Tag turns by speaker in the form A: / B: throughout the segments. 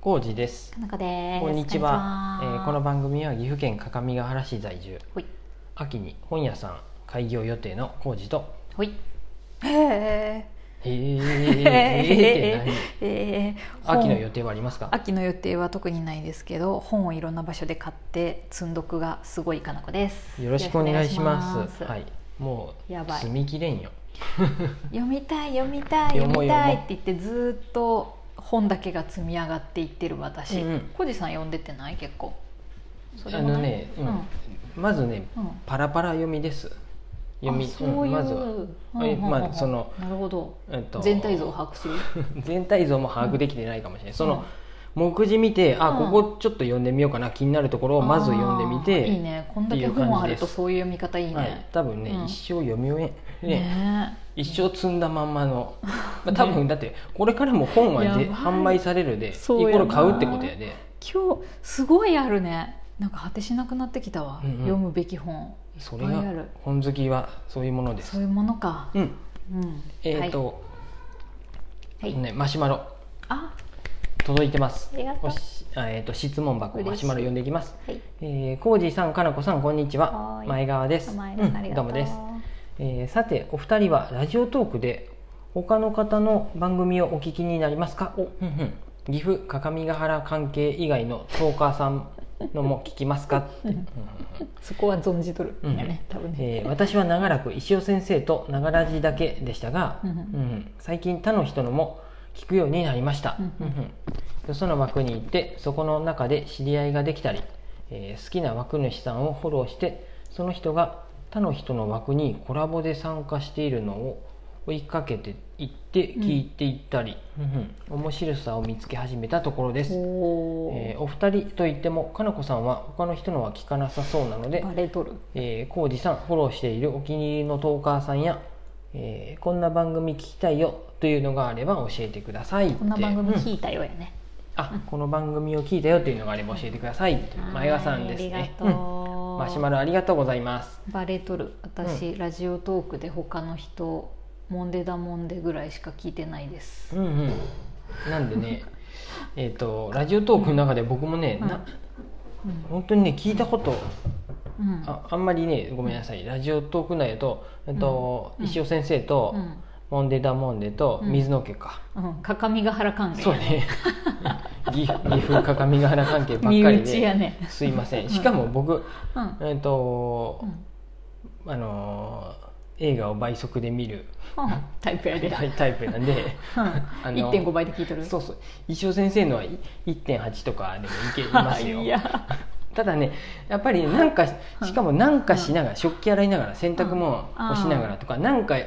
A: ゴージです
B: かなこです
A: こんにちは
B: こんにち
A: えーこの番組は岐阜県各務原市在住
B: ほい
A: 秋に本屋さん開業予定のゴージと
B: ほいへ
A: へえ
B: ー
A: へーって
B: えー
A: 何
B: 本
A: 秋の予定はありますか
B: 秋の予定は特にないですけど本をいろんな場所で買って積んどくがすごいかなこです
A: よろしくお願いし
B: よろ
A: ま
B: しく
A: す
B: お願
A: はい
B: し
A: いもう
B: やばい
A: 積み切れんよ
B: ます読みたい読みたい
A: 読
B: 読
A: もう
B: みたい
A: 読
B: っ
A: も
B: て言ってずーっと本だけが積み上がっていってる私
A: うんうん
B: コジ、さん読んでってない結構そ
A: あ
B: もない
A: のねう
B: うん
A: んまずね
B: うん
A: パラパラ読みです読み
B: あそう
A: ん
B: いう、
A: まずは
B: うんうんうん
A: まあその
B: なるほど
A: えっと
B: 全体像を把握する
A: 全体像も把握できてないかもしれない、その目次見て、あ
B: うん
A: ここちょっと読んでみようかな気になるところをまず読んでみ
B: あ
A: て
B: ーいいねこんだけ
A: っていう感
B: 本
A: じ
B: あ
A: で
B: る
A: す
B: とそういう見方いいね、
A: はい、多分ね、
B: うん
A: 一生読み終えん、ね
B: ね
A: 一生積んだまんま の、まあ、多分だってこれからも本はで
B: やばい
A: 販売されるでイ
B: そうや
A: コ
B: な
A: ール買うってことやで、
B: 今日すごいあるねなんか果てしなくなってきたわ、
A: うんうん
B: 読むべき本
A: それ
B: いっぱい
A: が
B: ある
A: 本好きはそういうもので
B: そ
A: す
B: ういうものか、
A: うん
B: うん
A: えっ、と、
B: はい、はい
A: ね、マシュマロ
B: あ
A: 届いてます
B: ありがと
A: お
B: う
A: しあえっ、と質問箱
B: 嬉しい
A: マシュマロ読んでいきます
B: はい
A: えー、コージーさん、かなこさん、こんにちは。
B: はーい
A: 前川です。
B: お前です、あり
A: うんど
B: がと
A: う
B: う
A: もです。えーさて、お二人はラジオトークで他の方の番組をお聞きになりますか。お、ふんふん岐阜各務原関係以外のトーカーさんのも聞きますか。ってうんうん うん
B: そこは存じとる、
A: うん
B: ね多分ね、
A: えー私は長らく石尾先生と長らじだけでしたが、
B: うん
A: うん最近他の人のも聞くようになりました、
B: うんうん
A: うんよその枠に行ってそこの中で知り合いができたり、えー好きな枠主さんをフォローしてその人が他の人の枠にコラボで参加しているのを追いかけていって聞いていったり、うんうん面白さを見つけ始めたところです、
B: おー
A: えーお二人といってもかなこさんは他の人のは聞かなさそうなので
B: バレとる
A: えー、コージさんフォローしているお気に入りのトーカーさんや、えーこんな番組聞きたいよというのがあれば教えてくださいって
B: こんな番組
A: うん
B: 聞いたようやね、
A: あこの番組を聞いたよというのがあれば教えてくださいって前川さんです
B: はいあり
A: ね
B: がとう、
A: うんマシュマロありがとうございます
B: バレとる私、ラジオトークで他の人モンデダモンデぐらいしか聞いてないです
A: うんうんなんでねえっとラジオトークの中で僕もね、な
B: うん、
A: 本当にね聞いたこと
B: うん、
A: ああんまりねごめんなさいラジオトーク内だと、えっと
B: うん
A: 石尾先生と、
B: うん
A: モンデダモンデと
B: うん
A: 水の家か、
B: うん、各務原関係
A: そうね 岐阜岐阜各務原関係ばっ
B: 身
A: かり
B: 内や
A: で
B: ね
A: すいませんしかも僕
B: うん、
A: えっと
B: うん
A: あのー映画を倍速で見る
B: うんタイプやで、
A: タイタイプなん で
B: うん
A: あの
B: 1.5倍で聞いとる
A: そうそう石尾先生のはい1.8とかでもいけいますよ
B: いや
A: ただねやっぱりねなんかしかもなんかしながら食器洗いながら洗濯物をしながらとかなんかや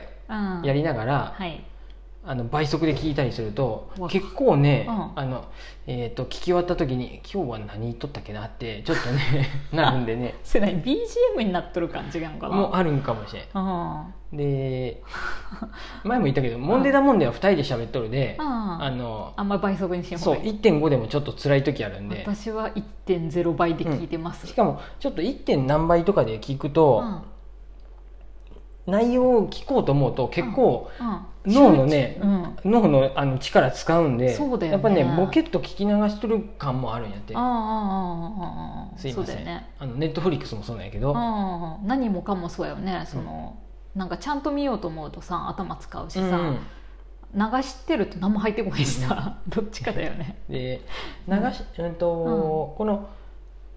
B: うん
A: りながら
B: はい
A: あの倍速で聞いたりすると
B: うわ
A: 結構ね、
B: うん
A: あのえー、と聞き終わった時に「今日は何撮ったっけな?」ってちょっと ねなるんでね
B: それ何 BGM になっとる感じなのかな
A: もうあるんかもしれん
B: あ
A: で前も言ったけど「モンデダモンデ」は2人で喋っとるで、
B: あ
A: あの
B: あんま倍速にしんほ
A: そうう
B: がいい
A: 1.5でもちょっと辛い時あるんで
B: 私は1.0倍で聞いてます、
A: しかもちょっと 1. 点何倍とかで聞くと、
B: うん
A: 内容を聞こうと思うと結構、
B: うん
A: 脳のね
B: うん
A: 脳のあの力使うんで
B: そうだよね
A: やっぱねボケっと聞き流しとる感もあるんやって
B: ああああああああ
A: すいませ、
B: そうんだよね
A: あのネットフリックスもそうなんやけど、
B: ああ何もかもそうやよねその、なんかちゃんと見ようと思うとさ頭使うしさ、
A: うん
B: 流してると何も入ってこないしさ、 どっちかだよ ね
A: で流し、うんとこの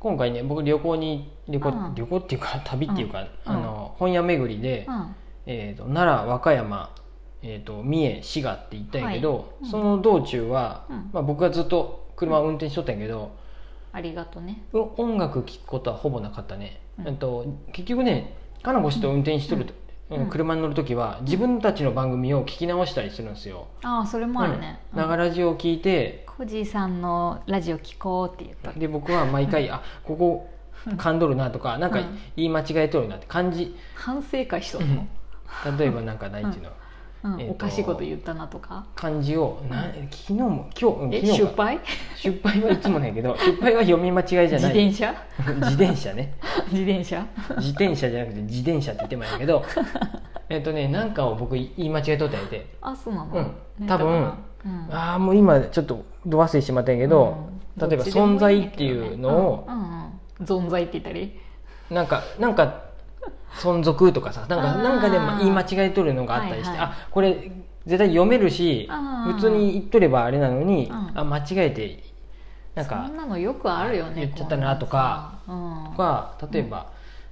A: 今回ね僕旅行に旅行、
B: うん
A: 旅行っていうか 旅っていうか、
B: うん
A: あの本屋巡りで、
B: うん
A: えー、と奈良和歌山、えー、と三重滋賀って行ったんやけど、
B: はいうん
A: その道中は、
B: うん
A: まあ、僕がずっと車を運転しとったんやけど、
B: ありがとね
A: う音楽聴くことはほぼなかったね、
B: うん
A: うん、と結局ねかなこ氏と運転しとると、
B: うん
A: うん車に乗る時は自分たちの番組を聞き直したりするんですよ。
B: ああそれもあるね、
A: うんなが
B: ら
A: らじを聞いて
B: コージーさんのラジオ聞こうって言った
A: で僕は毎回あここ噛んどるなとかなんか
B: うん
A: 言い間違えとるなって感じ
B: 反省会しとんの、
A: 例えばなんかないっていうの
B: うん
A: えっと
B: おかしいこと言ったなとか
A: 漢字をな昨日も今日うん
B: え
A: 昨日
B: 失
A: か
B: 敗
A: 失敗はいつもないけ ど失敗は読み間違いじ
B: 自
A: ゃない
B: 転車
A: 自転車ね
B: 自転車
A: 自転車じゃなくて自転車って言ってもらうんやけどえっとねなんかを僕言い間違えとったんやて
B: あそうなの、
A: うん
B: ね
A: 多分
B: だかうん
A: ああもう今ちょっとど忘れしてしまったんやけど、
B: うん
A: 例えば「
B: どちでも
A: 存在」
B: ん
A: っ
B: だ
A: て
B: けどね
A: いうのを、
B: うんうんうん存在って言ったり
A: なんかなんか存続とかさなん
B: あ
A: か
B: ー
A: なんかでも言い間違えとるのがあったりして、
B: はいはい
A: あこれ絶対読めるし
B: あー
A: 普通に言っとればあれなのに、
B: うん
A: あ間違えてなん
B: そ
A: か
B: んなのよくあるよね
A: 言っちゃったなとか
B: こんなんさ
A: とか例えば、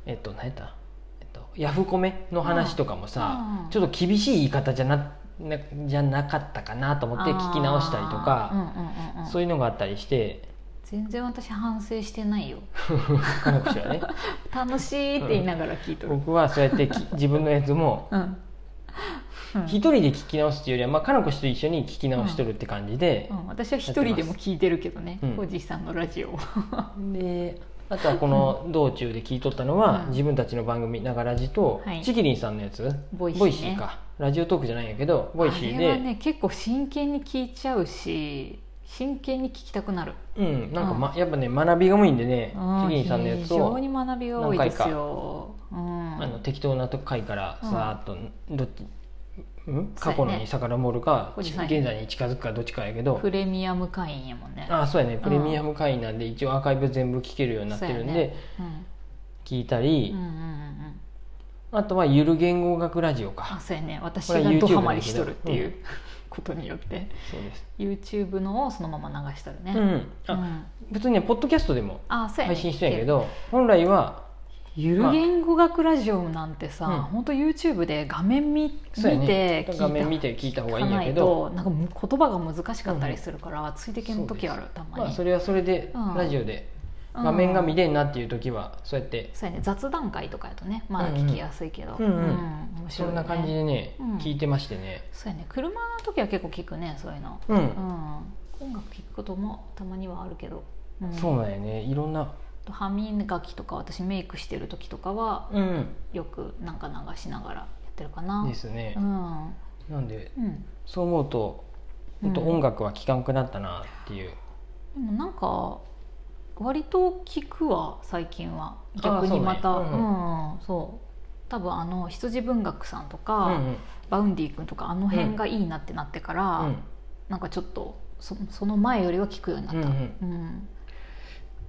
A: えっと何やった、えっと、ヤフコメの話とかも
B: うん
A: さ、
B: うん
A: ちょっと厳しい言い方じゃななじゃなかったかなと
B: う
A: 思
B: ん
A: って聞き直したりとか、
B: あーうんうんうんうん
A: そういうのがあったりして
B: 全然私反省してな いよ
A: 彼女はね
B: 楽しいって言いながら聞いとる、
A: 僕はそうやってき自分のやつも
B: うんうん
A: 一人で聞き直すっていうよりは、まあ、彼女と一緒に聞き直しとるって感じで
B: う、ん私は一人でも聞いてるけどね
A: うん
B: おじさんのラジオを
A: であとはこの道中で聞いとったのは、
B: うん
A: 自分たちの番組「ながらじ」と、
B: はい
A: ちぎりんさんのやつ
B: ボイシー
A: ボ
B: ね
A: イシーかラジオトークじゃないんやけどボイシー
B: あれ
A: で、
B: はね結構真剣に聞いちゃうし真剣に聞きたくなる、
A: うんなんか、まやっぱね学びが多いんでね
B: う
A: ち
B: ん
A: ぎりんさんのや
B: 非
A: つ
B: 常
A: を
B: に学びが多いですよ、うん、
A: あの適当なとこ回から
B: うん
A: さーっとどっち、ん、
B: そう
A: 過去
B: やね
A: のに遡るか、
B: お
A: ち
B: じ
A: 現
B: さんやね
A: 在に近づくかどっちかやけど
B: プレミアム会員やもんね
A: あそうやねプレミアム会員なんで一応アーカイブ全部聞けるようになってるんで、
B: そうやねうん
A: 聞いた
B: う
A: り、
B: んうんうんうん
A: あとは「ゆる言語学ラジオか」
B: あそうやね私
A: これは
B: が
A: YouTube
B: ドハマりしとるっていう
A: だ
B: ことによって
A: そうです、
B: YouTube のをそのまま流しとるね、
A: うん
B: う
A: あ
B: ん
A: 別にねポッドキャストでも
B: あそうやね
A: 配信してんやけど本来は
B: ゆる言語学ラジオなんてさ、
A: うん
B: ほんと YouTube で画面見
A: そうや
B: 見て
A: ね
B: 聞いた
A: 画面見て聞いた方がいいんやけ
B: 聞
A: ど、
B: かないとなんかむ言葉が難しかったりするから、ついてけん時あるたまに、
A: まあ、それはそれで
B: うん
A: ラジオで
B: うん
A: 画面が見れんなっていう時はそうやって
B: そうやね雑談会とかやとねまだ聞きやすいけど、
A: うんうんうんうん
B: 面白
A: そ
B: いよ
A: ん
B: ね
A: な感じでね
B: うん
A: 聞いてましてね
B: そうやね車の時は結構聞くねそういうの、
A: うん、
B: うん、音楽聞くこともたまにはあるけど、うん
A: そうなんやねいろんな
B: 歯磨きとか私メイクしてる時とかは
A: うん
B: よくなんか流しながらやってるかな、
A: ですね
B: う、ん
A: なんで
B: うん、
A: そう思うと本当
B: うん
A: 音楽は聴かんくなったなっていう、
B: でもなんか割と聞くわ最近は
A: あ
B: 逆にまた、
A: そううねうん
B: そう多分あの羊文学さんとか、
A: うんうん
B: バウンディ君とかあの辺がいいなってなってから、
A: うん
B: なんかちょっとそその前よりは聞くようになった、
A: う
B: うんん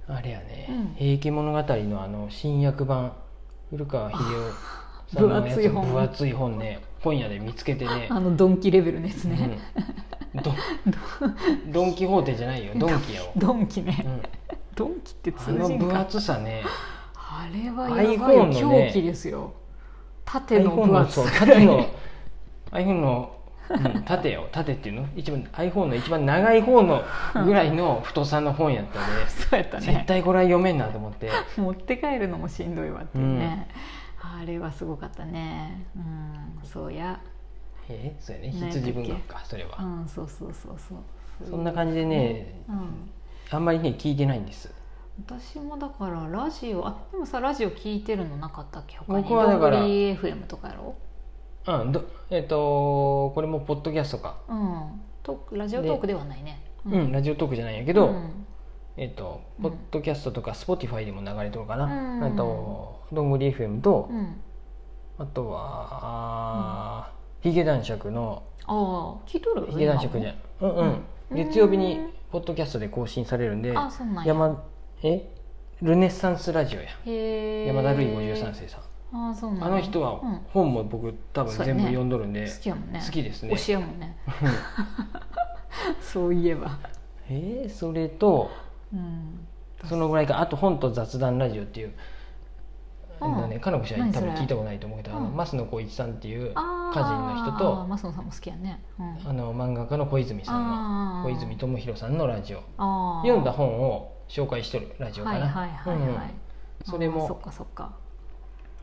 A: あれやね
B: うん
A: 「平家物語」のあの新訳版古川秀夫さんのや
B: 分厚
A: つ
B: い本
A: 分厚い本ね本屋で見つけてね
B: あのドンキレベルのやつね、
A: うんドンドン・キホーテじゃないよドンキやを、
B: ドンキ
A: う
B: ね、
A: ん
B: ドンキって
A: あ
B: 通
A: の
B: じん
A: 分
B: か
A: 厚さね
B: あれはやばい
A: iPhone の
B: よ、
A: ね
B: 狂気ですよ縦
A: iPhone
B: の分
A: の
B: 厚
A: そう
B: さ
A: 縦の iPhone の、うん、縦よ縦っていうの一番 iPhone の一番長い方のぐらい の太さの本やったんで
B: そうやった
A: 絶
B: ね
A: 対これは読めんなと思って
B: 持って帰るのもしんどいわっていうね、あれはすごかったねうんそうや
A: えそうやね
B: 何やったっけ
A: 羊文学かそれ
B: う
A: は
B: んそうそうそうそう
A: そんな感じでね
B: うん
A: あんまりね聞いてないんです
B: 私もだからラジオあでもさラジオ聞いてるのなかったっけ他に
A: 僕はだから
B: どんぐり FM とかやろ
A: うんどえっ、とこれもポッドキャストか
B: うんとラジオトークではないね
A: うん、ラジオトークじゃないんやけ
B: け
A: ど、
B: うん
A: えっと、
B: う
A: ポ
B: ん
A: ッドキャストとか Spotify でも流れてるかな、
B: うん
A: あとどんぐり FM と、
B: うん
A: あとはあー、ヒゲ男爵の
B: ああ聞いとる
A: ヒゲ男爵じゃんうんうん、
B: うん
A: 月曜日に
B: うん
A: ポッドキャストで更新されるんで
B: あそうなんや
A: 山えルネッサンスラジオや
B: へえ
A: 山田るい53世さん、
B: ああそうなんや
A: あの人は
B: うん
A: 本も僕多分
B: そうや
A: 全
B: ね
A: 部読んどるんで、
B: 好きやもんね
A: 好きですね
B: 推しやもんね そういえば
A: えーそれと
B: うん
A: そのぐらいかあと本と雑談ラジオっていう、
B: う
A: あ
B: ん
A: のねかのこちゃん
B: 何
A: 多
B: それ
A: 分聞いたことないと思うけど、あの
B: うん
A: 増野光一さんっていう
B: あ
A: 歌
B: ー
A: 人の人
B: あー
A: と
B: マスノさんも好きやねうん
A: あの漫画家の小泉さん
B: あ
A: の
B: ー
A: 小泉智弘さんのラジオ
B: あー
A: 読んだ本を紹介してるラジオか
B: はい
A: な、
B: はいはい
A: うん
B: はい
A: それ
B: あーそ
A: も
B: っ、かそっか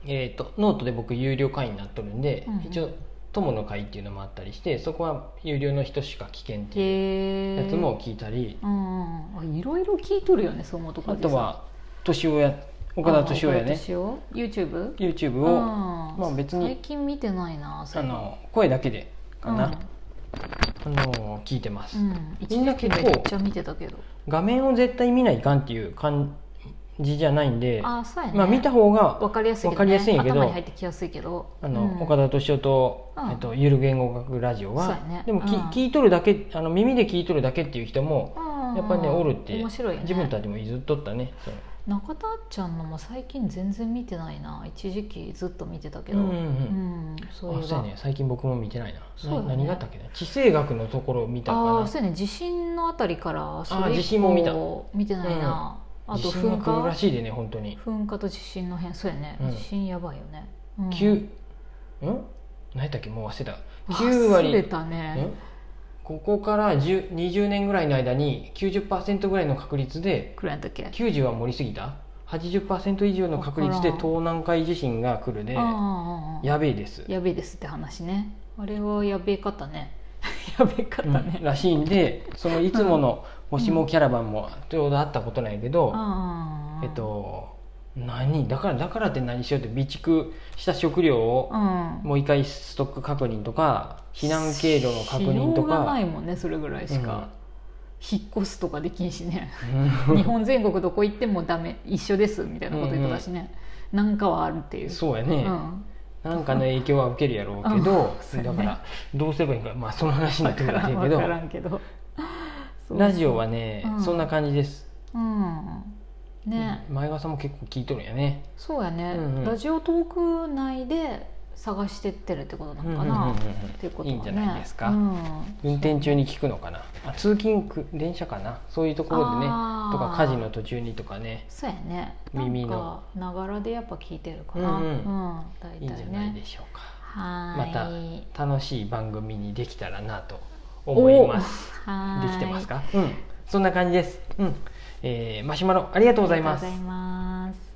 A: えー、とノートで僕有料会員になっとるんで、
B: うんうん
A: 一応友の会っていうのもあったりしてそこは有料の人しか聞けんっていう
B: へえ
A: やつも聞いたり、
B: うんうんあいろいろ聞いとるよねそう思うとこ
A: あとは敏夫や岡田敏夫やね
B: 私を YouTube
A: YouTube
B: う
A: を
B: ん
A: まあ別に
B: 最近見てないなそ
A: あ
B: れ
A: の声だけでかな、あの聞いてます、
B: うんうん一
A: みんな結構
B: 時期めっちゃ見てたけど
A: 画面を絶対見ないかんっていうかん字じゃないんで、
B: あそうやね、
A: まあ見た方が
B: わかりやすいけど、ね、
A: わかりやすいんやけど
B: 頭に入ってきやすいけど
A: あの、
B: うん
A: 岡田敏夫と、
B: うん
A: えっと、ゆる言語学ラジオ
B: そう
A: は
B: や、ね
A: でもき、
B: うん
A: 聞いとるだけあの耳で聞いとるだけっていう人も
B: うん
A: やっぱりね、おるって
B: 面白い、ね、
A: 自分たちも譲っとったねそう
B: 中田ちゃんのも最近全然見てないな一時期ずっと見てたけ
A: う
B: ど
A: んうん
B: うん、そうい
A: あ
B: え
A: そう
B: ば
A: やね最近僕も見てないなな
B: そうやね
A: 何があったっけな地政学のところを見たか
B: ああ
A: な
B: ーそうやね地震のあたりからそれ
A: 地
B: 以
A: 震も見た
B: 降見てないな、あと
A: 地震が
B: 噴
A: 来るら
B: 火
A: しいでね本当に、
B: 噴火と地震の辺そうやね、
A: うん
B: 地震やばいよね、うん、
A: 九ん、何やったっけもう忘れた9割
B: 忘れたね
A: んここから10 20年ぐらいの間に90%ぐらいの確率で
B: くらいやったっけ、
A: 90は盛りすぎた80%以上の確率で
B: わからん
A: 東南海地震が来るで
B: ああああや
A: やべえです、
B: べえですって話ねあれはやべえかったね やべえかった
A: う
B: ね
A: ん、らしいんでそのいつもの「もしもキャラバン」もちょうどあったことなんやけど、
B: ああ
A: えっと何だからだからって何しようって備蓄した食料を
B: うん
A: もう一回ストック確認とか避難経路の確認と
B: しようがな
A: か
B: いもんねそれぐらいしか、引っ越すとかできんしね
A: うん
B: 日本全国どこ行ってもダメ一緒ですみたいなこと言ってたしね、なんかはあるっていう
A: そうやね、
B: うん
A: なんかの影響は受けるやろうけど、
B: うん
A: だからどうすればいいんか、まあ、その話にな
B: 分
A: って
B: か
A: くるだ
B: らん
A: け
B: 分
A: ど
B: からんけどそう
A: ラジオはね、
B: うん
A: そんな感じです、
B: うんね、
A: うん前川さんも結構聞いとるんやね
B: そうやね、
A: うんうん
B: ラジオトーク内で探してってるってことなのかな、
A: うんうんうんうん
B: っていうことはね
A: いいんじゃないですか
B: うん
A: 運転中に聞くのかなあ通勤く電車かなそういうところでね
B: あー
A: とか家事の途中にとかね
B: そうやね
A: 耳
B: 耳
A: の
B: のながらでやっぱ聞いてるかな
A: う
B: うんん、
A: うん
B: 大体ね
A: いいんじゃないでしょうか、
B: はーい
A: 楽しい番組にできたらなと思います
B: おはー
A: で
B: い
A: きてますかうんそんな感じですうん、えーマシュマロありがとうございます
B: ありがとうございます